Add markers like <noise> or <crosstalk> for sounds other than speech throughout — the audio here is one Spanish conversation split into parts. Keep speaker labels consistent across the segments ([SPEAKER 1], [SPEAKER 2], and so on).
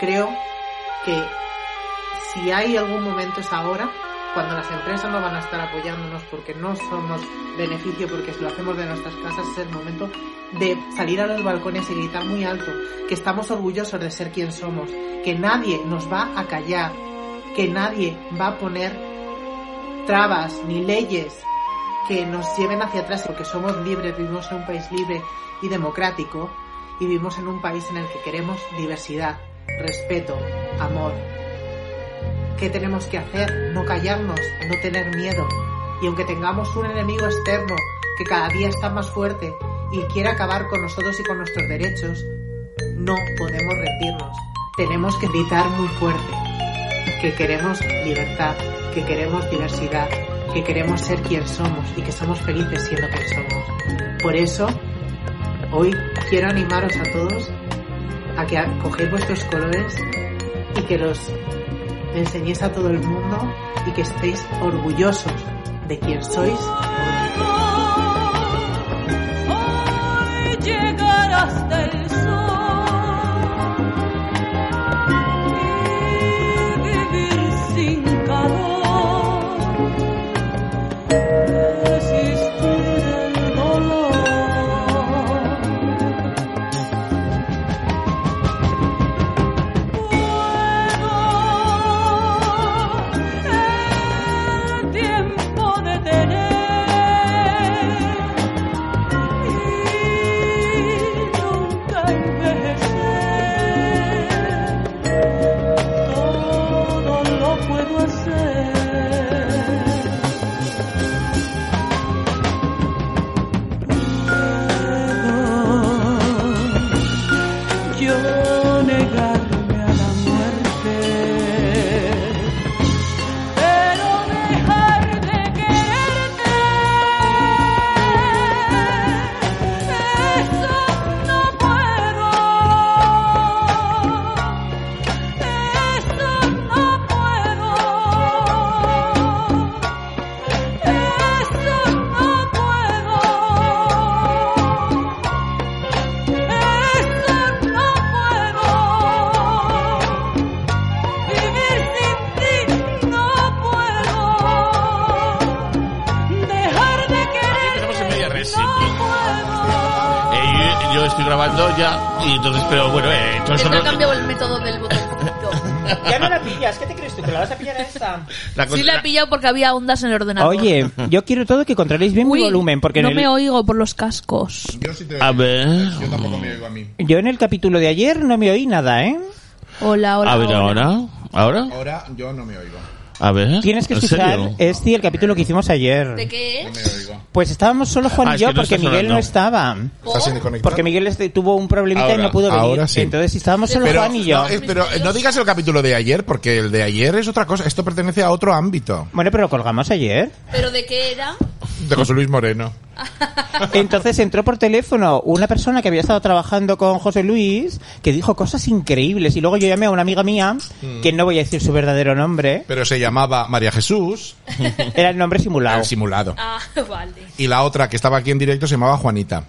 [SPEAKER 1] creo que si hay algún momento es ahora, cuando las empresas no van a estar apoyándonos porque no somos beneficio, porque lo hacemos de nuestras casas, es el momento de salir a los balcones y gritar muy alto, que estamos orgullosos de ser quien somos, que nadie nos va a callar, que nadie va a poner trabas ni leyes que nos lleven hacia atrás, porque somos libres, vivimos en un país libre y democrático y vivimos en un país en el que queremos diversidad, respeto, amor. ¿Qué tenemos que hacer? No callarnos, no tener miedo. Y aunque tengamos un enemigo externo que cada día está más fuerte y quiere acabar con nosotros y con nuestros derechos, no podemos rendirnos. Tenemos que gritar muy fuerte que queremos libertad, que queremos diversidad, que queremos ser quien somos y que somos felices siendo quien somos. Por eso, hoy quiero animaros a todos a que cogéis vuestros colores y que los enseñéis a todo el mundo y que estéis orgullosos de quien sois.
[SPEAKER 2] Hoy llegar hasta el sol y vivir sin calor, resistir el dolor. Puedo el tiempo detener y nunca envejecer, todo lo puedo hacer. Puedo yo negarme a la muerte, pero dejar de quererte, eso no puedo, eso no puedo, eso no puedo. Eso no puedo, vivir sin ti no puedo, dejar de
[SPEAKER 3] Tenemos en media
[SPEAKER 2] querer
[SPEAKER 3] res,
[SPEAKER 2] no
[SPEAKER 3] sí.
[SPEAKER 2] puedo.
[SPEAKER 3] Eh, yo, yo estoy grabando ya, y entonces, pero bueno, eh, todo eso
[SPEAKER 4] Esto ha
[SPEAKER 3] no- <laughs>
[SPEAKER 4] cambiado el método del botoncito.
[SPEAKER 5] Ya no la pillas, ¿qué te crees tú? ¿Que la vas a pillar a esta?
[SPEAKER 3] la
[SPEAKER 4] Sí la he
[SPEAKER 3] contra-
[SPEAKER 4] pillado porque había ondas en el ordenador.
[SPEAKER 5] Oye, yo quiero todo que controléis bien mi
[SPEAKER 4] Uy,
[SPEAKER 5] volumen, porque
[SPEAKER 4] no
[SPEAKER 5] en
[SPEAKER 4] me
[SPEAKER 5] el-
[SPEAKER 4] oigo por los cascos.
[SPEAKER 6] Yo sí te
[SPEAKER 3] A ver.
[SPEAKER 6] Yo tampoco me oigo a mí.
[SPEAKER 5] yo en el capítulo de ayer no me oí nada, ¿eh?
[SPEAKER 4] Hola, hola.
[SPEAKER 3] A ver,
[SPEAKER 4] hola.
[SPEAKER 3] ahora, ahora,
[SPEAKER 6] Ahora yo no me oigo.
[SPEAKER 3] a ver.
[SPEAKER 5] Tienes que
[SPEAKER 3] ¿En
[SPEAKER 5] escuchar
[SPEAKER 3] serio?
[SPEAKER 5] este, el capítulo que hicimos
[SPEAKER 4] ¿De
[SPEAKER 5] ayer.
[SPEAKER 4] qué
[SPEAKER 6] No me
[SPEAKER 4] es?
[SPEAKER 6] oigo.
[SPEAKER 5] Pues estábamos solo Juan
[SPEAKER 3] Ah,
[SPEAKER 5] y
[SPEAKER 3] es
[SPEAKER 5] yo
[SPEAKER 3] que no
[SPEAKER 5] porque
[SPEAKER 3] está
[SPEAKER 5] Miguel no
[SPEAKER 3] sonando.
[SPEAKER 5] estaba.
[SPEAKER 6] ¿Estás sin desconectar?
[SPEAKER 5] Porque Miguel este tuvo un problemita y
[SPEAKER 6] Ahora,
[SPEAKER 5] no pudo venir.
[SPEAKER 6] ahora sí.
[SPEAKER 5] Entonces estábamos solo
[SPEAKER 6] Pero,
[SPEAKER 5] Juan y yo.
[SPEAKER 6] no, eh, pero no digas el capítulo de ayer, porque el de ayer es otra cosa. Esto pertenece a otro ámbito.
[SPEAKER 5] Bueno, pero lo colgamos ayer.
[SPEAKER 4] ¿Pero de qué era?
[SPEAKER 6] De José Luis Moreno.
[SPEAKER 5] Entonces entró por teléfono una persona que había estado trabajando con José Luis que dijo cosas increíbles y luego yo llamé a una amiga mía
[SPEAKER 3] Mm.
[SPEAKER 5] que no voy a decir su verdadero nombre
[SPEAKER 6] Pero se llamaba María Jesús,
[SPEAKER 5] era el nombre simulado
[SPEAKER 6] el simulado.
[SPEAKER 4] Ah, <laughs> vale.
[SPEAKER 6] Y la otra que estaba aquí en directo se llamaba Juanita.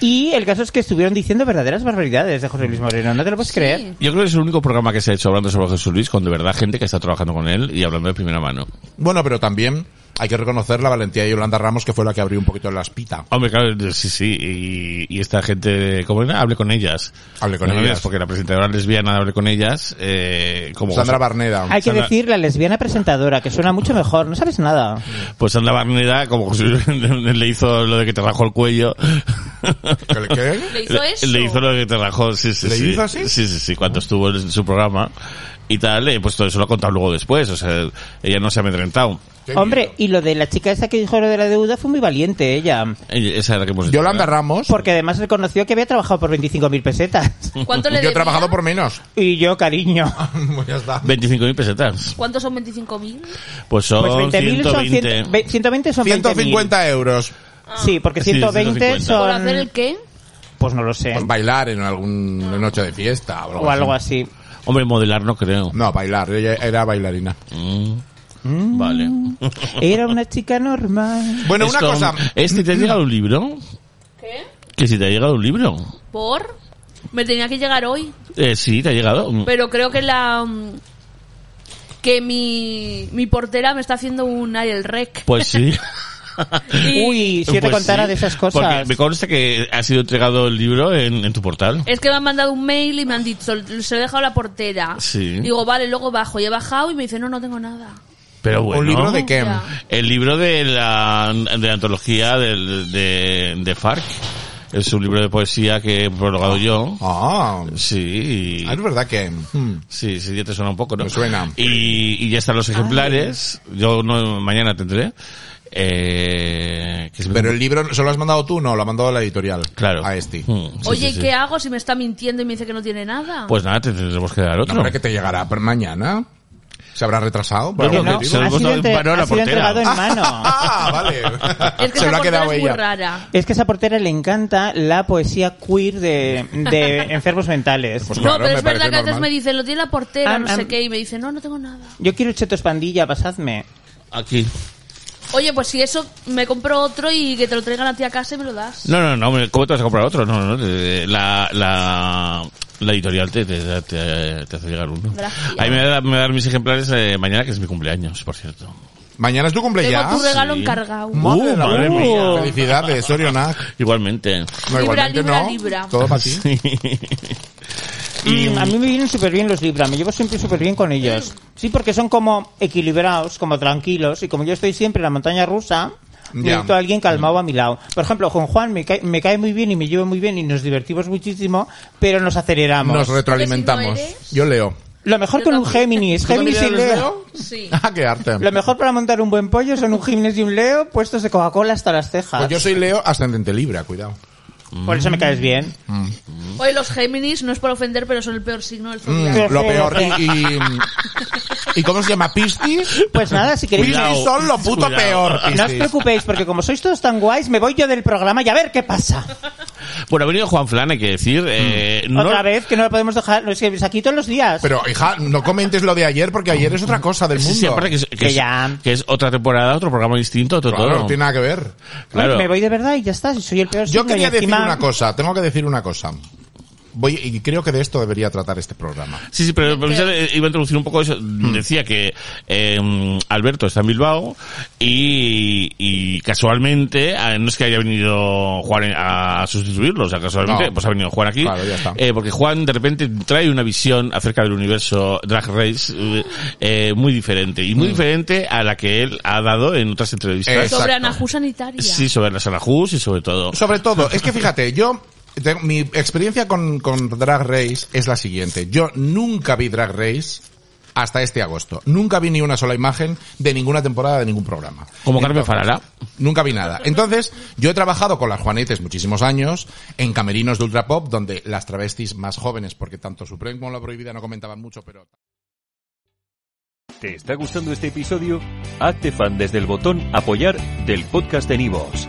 [SPEAKER 5] y el caso es que estuvieron diciendo verdaderas barbaridades de José Luis Moreno no te lo puedes creer
[SPEAKER 3] Yo creo que es el único programa que se ha hecho hablando sobre Jesús Luis con de verdad gente que está trabajando con él y hablando de primera mano.
[SPEAKER 6] Bueno, pero también hay que reconocer la valentía de Yolanda Ramos, que fue la que abrió un poquito la espita.
[SPEAKER 3] Hombre, claro, sí, sí. Y, y esta gente, ¿cómo era? Hable con ellas.
[SPEAKER 6] Hable con
[SPEAKER 3] No, no,
[SPEAKER 6] ellas.
[SPEAKER 3] Porque la presentadora lesbiana de Hable con ellas, eh, como
[SPEAKER 6] Sandra Barneda.
[SPEAKER 5] hay que
[SPEAKER 3] Sandra-
[SPEAKER 5] decir la lesbiana presentadora que suena mucho mejor no sabes nada
[SPEAKER 3] <laughs>
[SPEAKER 6] <laughs>
[SPEAKER 3] Pues Sandra Barneda, como José Luis le hizo lo de que te rajó el cuello.
[SPEAKER 6] ¿Qué- qué?
[SPEAKER 5] <laughs>
[SPEAKER 4] ¿Le hizo
[SPEAKER 3] Le-
[SPEAKER 4] eso?
[SPEAKER 3] Le hizo lo que te rajó, sí, sí,
[SPEAKER 6] ¿Le
[SPEAKER 3] sí.
[SPEAKER 6] hizo así?
[SPEAKER 3] Sí, sí, sí, cuando estuvo en su programa y tal, eh, pues todo eso lo ha contado luego después, o sea, ella no se ha amedrentado.
[SPEAKER 6] Qué
[SPEAKER 5] Hombre,
[SPEAKER 6] miedo.
[SPEAKER 5] y lo de la chica esa que dijo lo de la deuda fue muy valiente ella.
[SPEAKER 3] Eh, Esa es la que hemos dicho,
[SPEAKER 6] Yolanda
[SPEAKER 3] ¿verdad?
[SPEAKER 6] Ramos.
[SPEAKER 5] Porque además reconoció que había trabajado por 25.000 pesetas.
[SPEAKER 4] ¿Cuánto le
[SPEAKER 6] Yo he
[SPEAKER 4] debía?
[SPEAKER 6] trabajado por menos. <laughs>
[SPEAKER 5] Y yo, cariño.
[SPEAKER 6] Pues ya está.
[SPEAKER 3] 25.000 pesetas.
[SPEAKER 4] ¿Cuántos son 25.000?
[SPEAKER 3] Pues son
[SPEAKER 5] Pues 20.000 son
[SPEAKER 3] 120.
[SPEAKER 5] 100, ve- 120 son 150.
[SPEAKER 6] 150 euros.
[SPEAKER 5] Sí, porque
[SPEAKER 3] Sí,
[SPEAKER 5] 120
[SPEAKER 4] Ah. ¿Por
[SPEAKER 5] son...
[SPEAKER 4] hacer el qué?
[SPEAKER 5] Pues no lo
[SPEAKER 4] Eh.
[SPEAKER 5] sé.
[SPEAKER 6] Pues bailar en alguna noche de fiesta o algo,
[SPEAKER 5] O algo así.
[SPEAKER 3] Hombre, modelar no creo.
[SPEAKER 6] No, bailar. Ella era bailarina.
[SPEAKER 3] Mm. Vale.
[SPEAKER 5] Era una chica normal.
[SPEAKER 6] Bueno,
[SPEAKER 3] Esto-
[SPEAKER 6] una cosa.
[SPEAKER 3] ¿Este te ha llegado un libro?
[SPEAKER 4] ¿Qué?
[SPEAKER 3] Que si te ha llegado un libro.
[SPEAKER 4] ¿Por? Me tenía que llegar hoy.
[SPEAKER 3] Eh, sí, te ha llegado.
[SPEAKER 4] Pero creo que la... mm, Que mi, mi portera me está haciendo un aire rec.
[SPEAKER 3] Pues sí.
[SPEAKER 4] Y
[SPEAKER 5] Uy, si yo te
[SPEAKER 3] Pues
[SPEAKER 5] contara
[SPEAKER 3] sí,
[SPEAKER 5] de esas
[SPEAKER 3] Porque
[SPEAKER 5] cosas.
[SPEAKER 3] me consta que ha sido entregado el libro en, en tu portal.
[SPEAKER 4] Es que me han mandado un mail y me han dicho, se lo he dejado a la portera.
[SPEAKER 3] Sí.
[SPEAKER 4] Digo, vale, luego bajo. Y he bajado y me dice, no, no tengo nada.
[SPEAKER 3] Pero bueno.
[SPEAKER 6] ¿Un libro de qué?
[SPEAKER 4] Ya.
[SPEAKER 3] El libro de la, de la antología del- de, de, Farc. Es un libro de poesía que he prologado yo.
[SPEAKER 6] Ah,
[SPEAKER 3] Sí. y-
[SPEAKER 6] ah, es verdad que. hmm,
[SPEAKER 3] Sí, sí, ya te suena un poco, ¿no?
[SPEAKER 6] Me suena.
[SPEAKER 3] Y, y ya están
[SPEAKER 4] Ah.
[SPEAKER 3] los ejemplares. Yo no, mañana tendré. Eh, que se me-
[SPEAKER 6] Pero el libro, ¿se lo has mandado tú? No, lo ha mandado la editorial.
[SPEAKER 3] Claro.
[SPEAKER 6] A este.
[SPEAKER 3] Mm, sí,
[SPEAKER 4] Oye,
[SPEAKER 3] sí, sí.
[SPEAKER 4] ¿qué hago si me está mintiendo y me dice que no tiene nada?
[SPEAKER 3] Pues nada, te tendremos que dar
[SPEAKER 6] No,
[SPEAKER 3] otro.
[SPEAKER 6] pero que te llegará per- mañana. ¿Se habrá retrasado? por
[SPEAKER 3] No, no,
[SPEAKER 6] algún
[SPEAKER 3] no,
[SPEAKER 6] motivo?
[SPEAKER 3] se lo
[SPEAKER 5] ha
[SPEAKER 3] hemos
[SPEAKER 5] sido,
[SPEAKER 3] dado en
[SPEAKER 5] entre-
[SPEAKER 3] mano a la
[SPEAKER 5] ha sido
[SPEAKER 3] portera.
[SPEAKER 5] entregado en mano.
[SPEAKER 3] <laughs>
[SPEAKER 6] <laughs> Ah, vale.
[SPEAKER 4] es
[SPEAKER 6] <laughs>
[SPEAKER 4] que
[SPEAKER 6] se lo
[SPEAKER 4] esa
[SPEAKER 6] ha
[SPEAKER 4] portera
[SPEAKER 6] quedado
[SPEAKER 4] es muy
[SPEAKER 6] ella.
[SPEAKER 4] rara.
[SPEAKER 5] Es que a esa portera le encanta la poesía queer de, de enfermos mentales.
[SPEAKER 6] Pues
[SPEAKER 4] No,
[SPEAKER 6] claro,
[SPEAKER 4] pero
[SPEAKER 6] me
[SPEAKER 4] es verdad
[SPEAKER 6] parece
[SPEAKER 4] que a veces
[SPEAKER 6] normal.
[SPEAKER 4] me dice, lo tiene la portera,
[SPEAKER 5] Am,
[SPEAKER 4] no
[SPEAKER 5] am.
[SPEAKER 4] sé qué, y me dice, no, no tengo nada.
[SPEAKER 5] Yo quiero chetos pandilla, pasadme.
[SPEAKER 3] Aquí.
[SPEAKER 4] Oye, pues si eso, me compro otro y que te lo traigan a ti a casa y me lo das.
[SPEAKER 3] No, no, no, hombre, ¿cómo te vas a comprar otro? No, no, no, te- la, la, la editorial te, te, da- te- te hace llegar uno.
[SPEAKER 4] Gracias.
[SPEAKER 3] Ahí me, da- me van a dar mis ejemplares eh, mañana, que es mi cumpleaños, por cierto.
[SPEAKER 6] Mañana es tu
[SPEAKER 4] Tengo
[SPEAKER 6] cumpleaños.
[SPEAKER 4] tu regalo
[SPEAKER 3] Sí.
[SPEAKER 4] encargado.
[SPEAKER 6] Madre,
[SPEAKER 3] Uh,
[SPEAKER 6] la-
[SPEAKER 3] madre mía.
[SPEAKER 6] Felicidades, Oriona.
[SPEAKER 3] Igualmente.
[SPEAKER 6] No,
[SPEAKER 4] Libra,
[SPEAKER 6] igualmente
[SPEAKER 4] libra,
[SPEAKER 6] no.
[SPEAKER 4] libra.
[SPEAKER 6] Todo para ti.
[SPEAKER 3] <laughs> Sí.
[SPEAKER 5] Mm, a mí me vienen súper bien los Libra, me llevo siempre súper bien con ellos. Sí, porque son como equilibrados, como tranquilos, y como yo estoy siempre en la montaña rusa,
[SPEAKER 6] Ya.
[SPEAKER 5] necesito a alguien calmado a mi lado. Por ejemplo, con Juan me cae, me cae muy bien y me llevo muy bien y nos divertimos muchísimo, pero nos aceleramos.
[SPEAKER 6] Nos retroalimentamos.
[SPEAKER 4] Porque si no eres-
[SPEAKER 6] Yo leo.
[SPEAKER 5] Lo mejor
[SPEAKER 4] Yo
[SPEAKER 5] con un
[SPEAKER 4] también.
[SPEAKER 5] Géminis,
[SPEAKER 6] ¿Tú también
[SPEAKER 5] Géminis y
[SPEAKER 6] lees,
[SPEAKER 5] Leo.
[SPEAKER 4] Sí.
[SPEAKER 6] <laughs> Ah, qué arte.
[SPEAKER 5] Lo mejor para montar un buen pollo son un Géminis y un Leo puestos de Coca-Cola hasta las cejas.
[SPEAKER 6] Pues yo soy Leo ascendente libra, cuidado.
[SPEAKER 5] Por eso me caes bien.
[SPEAKER 4] Oye, los Géminis, no es por ofender, pero son el peor signo del zodiaco.
[SPEAKER 5] Pero
[SPEAKER 6] Mm, lo
[SPEAKER 5] sí,
[SPEAKER 6] peor.
[SPEAKER 5] sí.
[SPEAKER 6] Y, y, y cómo se llama? ¿Pistis?
[SPEAKER 5] Pues nada, si queréis...
[SPEAKER 3] Cuidado.
[SPEAKER 6] Pistis son lo puto
[SPEAKER 3] Cuidado.
[SPEAKER 6] peor.
[SPEAKER 5] No os
[SPEAKER 6] Piscis.
[SPEAKER 5] preocupéis, porque como sois todos tan guays, me voy yo del programa y a ver qué pasa.
[SPEAKER 3] Bueno, ha venido Juan Flan, hay que decir. eh, no-
[SPEAKER 5] Mm. Otra vez, que no la podemos dejar, no es que aquí todos los días.
[SPEAKER 6] Pero, hija, no comentes lo de ayer porque ayer es otra cosa del
[SPEAKER 3] Sí,
[SPEAKER 6] mundo.
[SPEAKER 3] sí, aparte que es, que,
[SPEAKER 5] Que
[SPEAKER 3] es-
[SPEAKER 5] ya.
[SPEAKER 3] que es otra temporada, otro programa distinto, otro
[SPEAKER 6] Claro,
[SPEAKER 3] todo.
[SPEAKER 6] no tiene nada que ver.
[SPEAKER 3] claro.
[SPEAKER 5] Me voy de verdad y ya está, si soy el peor. signo
[SPEAKER 6] Yo
[SPEAKER 5] y
[SPEAKER 6] quería decir
[SPEAKER 5] encima-
[SPEAKER 6] una cosa, tengo que decir una cosa. Voy, y creo que de esto debería tratar este programa.
[SPEAKER 3] Sí, sí, pero pero eh, iba a introducir un poco eso.
[SPEAKER 6] Mm.
[SPEAKER 3] Decía que eh, Alberto está en Bilbao y, y casualmente, eh, no es que haya venido Juan a sustituirlo, o sea, casualmente,
[SPEAKER 6] No.
[SPEAKER 3] pues ha venido Juan aquí.
[SPEAKER 6] Claro, ya está.
[SPEAKER 3] Eh, porque Juan de repente trae una visión acerca del universo Drag Race eh, eh, muy diferente y
[SPEAKER 6] Mm.
[SPEAKER 3] muy diferente a la que él ha dado en otras entrevistas.
[SPEAKER 6] Exacto.
[SPEAKER 4] Sobre Anajú Sanitaria.
[SPEAKER 3] Sí, sobre la Sanajus y sobre todo.
[SPEAKER 6] Sobre todo, es que fíjate, yo, te- mi experiencia con, con Drag Race es la siguiente. Yo nunca vi Drag Race hasta este agosto. Nunca vi ni una sola imagen de ninguna temporada de ningún programa.
[SPEAKER 3] Como Carmen
[SPEAKER 6] Entonces,
[SPEAKER 3] Farala.
[SPEAKER 6] Nunca vi nada. Entonces, yo he trabajado con las Juanetes muchísimos años en camerinos de Ultrapop, donde las travestis más jóvenes, porque tanto Supreme como La Prohibida no comentaban mucho, pero...
[SPEAKER 7] ¿Te está gustando este episodio? Hazte fan desde el botón Apoyar del podcast de Nivos.